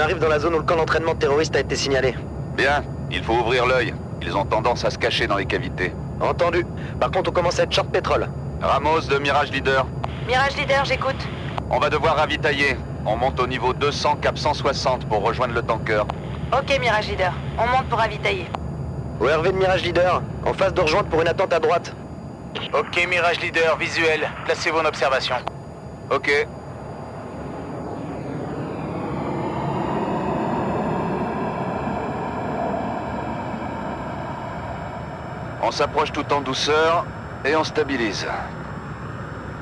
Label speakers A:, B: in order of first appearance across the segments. A: arrive dans la zone où le camp d'entraînement terroriste a été signalé.
B: Bien, il faut ouvrir l'œil. Ils ont tendance à se cacher dans les cavités.
A: Entendu. Par contre, on commence à être short pétrole.
B: Ramos de Mirage Leader.
C: Mirage Leader, j'écoute.
B: On va devoir ravitailler. On monte au niveau 200 cap 160 pour rejoindre le tanker.
C: Ok, Mirage Leader. On monte pour ravitailler.
A: ORV de Mirage Leader, en face de rejoindre pour une attente à droite.
D: Ok, Mirage Leader, visuel. Placez vos observations.
B: Ok. On s'approche tout en douceur et on stabilise.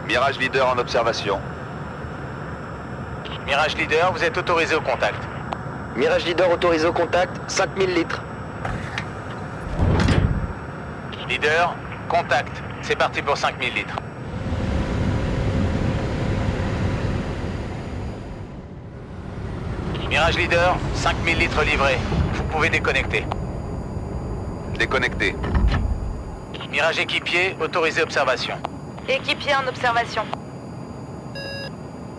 B: Mirage Leader en observation.
D: Mirage Leader, vous êtes autorisé au contact.
A: Mirage Leader autorisé au contact, 5000 litres.
D: Leader, contact. C'est parti pour 5000 litres. Mirage Leader, 5000 litres livrés. Vous pouvez déconnecter.
B: Déconnecté.
D: Mirage équipier, autorisé observation.
C: Équipier en observation.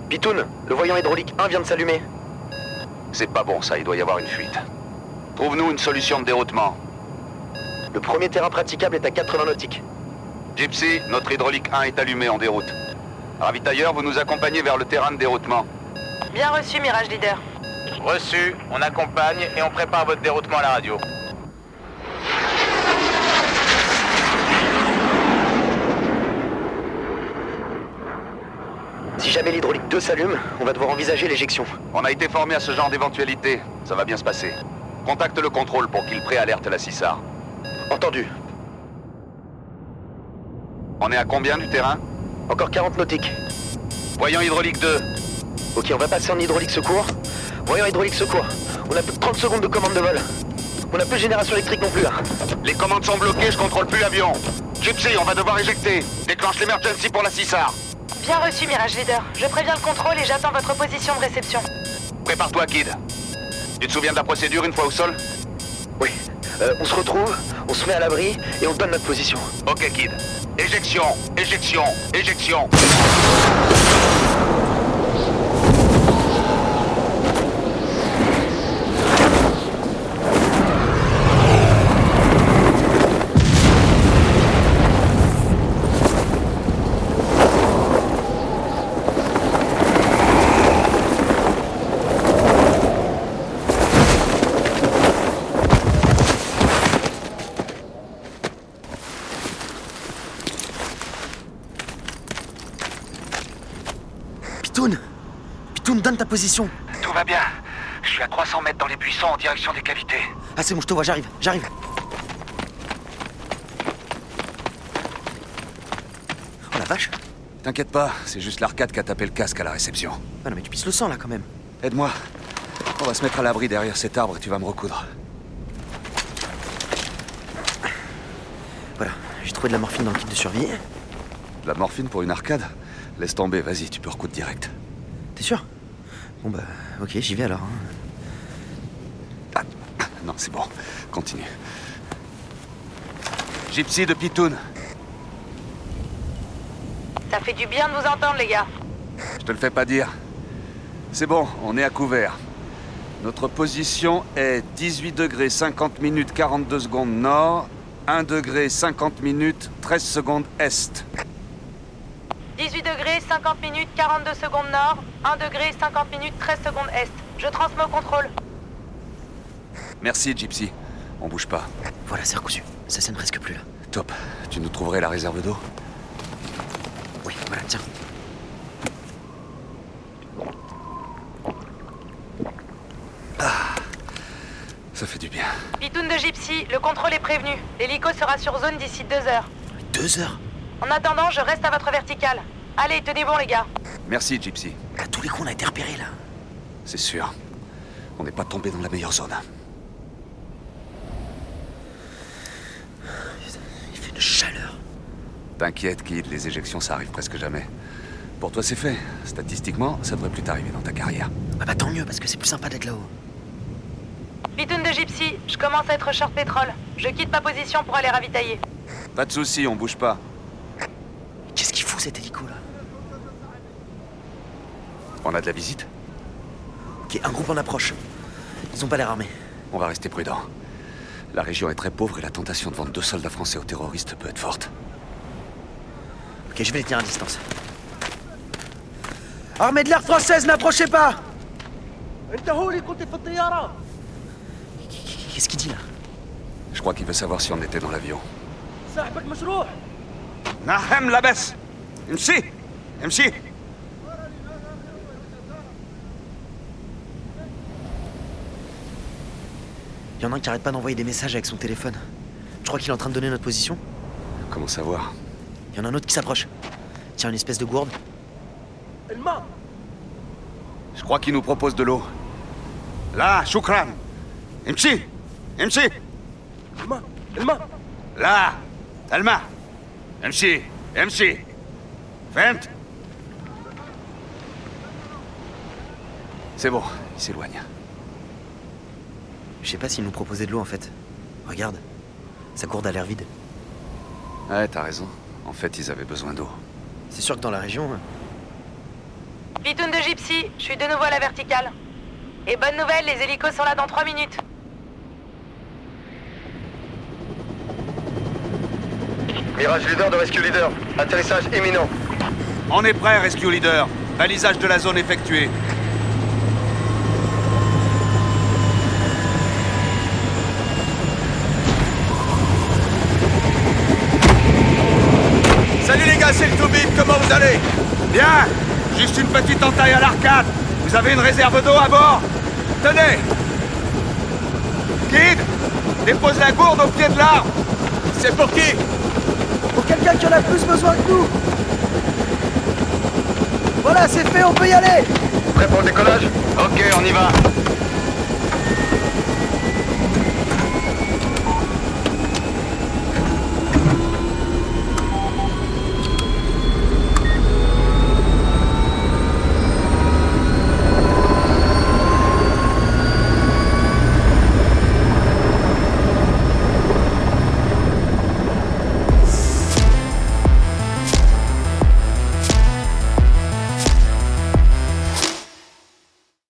A: Pitoun, le voyant hydraulique 1 vient de s'allumer.
B: C'est pas bon ça, il doit y avoir une fuite. Trouve-nous une solution de déroutement.
A: Le premier terrain praticable est à 80 nautiques.
B: Gypsy, notre hydraulique 1 est allumé en déroute. Ravitailleur, vous nous accompagnez vers le terrain de déroutement.
C: Bien reçu, Mirage Leader.
D: Reçu, on accompagne et on prépare votre déroutement à la radio.
A: Si jamais l'hydraulique 2 s'allume, on va devoir envisager l'éjection.
B: On a été formé à ce genre d'éventualité. Ça va bien se passer. Contacte le contrôle pour qu'il préalerte la CISAR.
A: Entendu.
B: On est à combien du terrain
A: Encore 40 nautiques.
B: Voyant hydraulique 2.
A: Ok, on va passer en hydraulique secours. Voyant hydraulique secours. On a plus de 30 secondes de commande de vol. On a plus de génération électrique non plus hein. là.
B: Les commandes sont bloquées, je contrôle plus l'avion. Gypsy, on va devoir éjecter. Déclenche l'emergency pour la CISAR.
C: Bien reçu, Mirage Leader. Je préviens le contrôle et j'attends votre position de réception.
B: Prépare-toi, Kid. Tu te souviens de la procédure une fois au sol
A: Oui. Euh, on se retrouve, on se met à l'abri et on donne notre position.
B: Ok, Kid. Éjection, éjection, éjection.
A: Pitoun Pitoun, donne ta position.
E: Tout va bien. Je suis à 300 mètres dans les buissons en direction des cavités.
A: Ah, c'est bon, je te vois, j'arrive, j'arrive. Oh la vache
E: T'inquiète pas, c'est juste l'arcade qui a tapé le casque à la réception.
A: Ah non, mais tu pisses le sang là quand même.
E: Aide-moi. On va se mettre à l'abri derrière cet arbre et tu vas me recoudre.
A: Voilà, j'ai trouvé de la morphine dans le kit de survie.
E: De la morphine pour une arcade Laisse tomber, vas-y, tu peux recoudre direct.
A: T'es sûr Bon bah, ok, j'y vais alors. hein.
E: Ah, non, c'est bon. Continue. Gypsy de Pitoun.
C: Ça fait du bien de vous entendre, les gars.
E: Je te le fais pas dire. C'est bon, on est à couvert. Notre position est 18 degrés 50 minutes 42 secondes nord, 1 degré 50 minutes 13 secondes est.
C: 18 degrés, 50 minutes, 42 secondes nord. 1 degré, 50 minutes, 13 secondes est. Je transmets au contrôle.
E: Merci, Gypsy. On bouge pas.
A: Voilà, c'est recousu. Ça sonne presque plus là.
E: Top. Tu nous trouverais la réserve d'eau
A: Oui, voilà, tiens.
E: Ça fait du bien.
C: Pitoun de Gypsy, le contrôle est prévenu. L'hélico sera sur zone d'ici deux heures.
A: Deux heures
C: En attendant, je reste à votre verticale. Allez, tenez bon, les gars.
E: Merci, Gypsy.
A: À tous les coups, on a été repérés là.
E: C'est sûr. On n'est pas tombé dans la meilleure zone.
A: Il fait une chaleur.
E: T'inquiète, Kid, les éjections, ça arrive presque jamais. Pour toi, c'est fait. Statistiquement, ça devrait plus t'arriver dans ta carrière.
A: Ah bah tant mieux, parce que c'est plus sympa d'être là-haut.
C: Pitoun de Gypsy, je commence à être short pétrole. Je quitte ma position pour aller ravitailler.
E: Pas de soucis, on bouge pas.
A: Qu'est-ce qu'il fout cet hélico là
E: On a de la visite
A: Ok, un groupe en approche. Ils ont pas l'air armés.
E: On va rester prudent. La région est très pauvre et la tentation de vendre deux soldats français aux terroristes peut être forte.
A: Ok, je vais les tenir à distance. Armée de l'air française, n'approchez pas Qu'est-ce qu'il dit là
E: Je crois qu'il veut savoir si on était dans l'avion. Nahem Labès M'si M'si
A: Il y en a un qui arrête pas d'envoyer des messages avec son téléphone. Je crois qu'il est en train de donner notre position.
E: Comment savoir
A: Il y en a un autre qui s'approche. Tiens, une espèce de gourde.
E: Je crois qu'il nous propose de l'eau. Là, Choukran M'si M'si Là Alma M'si M'si Fent C'est bon, il s'éloigne.
A: Je sais pas s'il nous proposait de l'eau en fait. Regarde, sa gourde a l'air vide.
E: Ouais, t'as raison. En fait, ils avaient besoin d'eau.
A: C'est sûr que dans la région, hein,
C: Pitoune de Gypsy, je suis de nouveau à la verticale. Et bonne nouvelle, les hélicos sont là dans 3 minutes.
B: Mirage Leader de Rescue Leader. Atterrissage imminent.
E: On est prêt, Rescue Leader. Balisage de la zone effectué. Salut les gars, c'est le Toubib. Comment vous allez Bien. Juste une petite entaille à l'arcade. Vous avez une réserve d'eau à bord Tenez. Guide, dépose la gourde au pied de l'arbre. C'est pour qui
F: Pour quelqu'un qui en a plus besoin que nous Voilà, c'est fait, on peut y aller
B: Prêt pour le décollage Ok, on y va.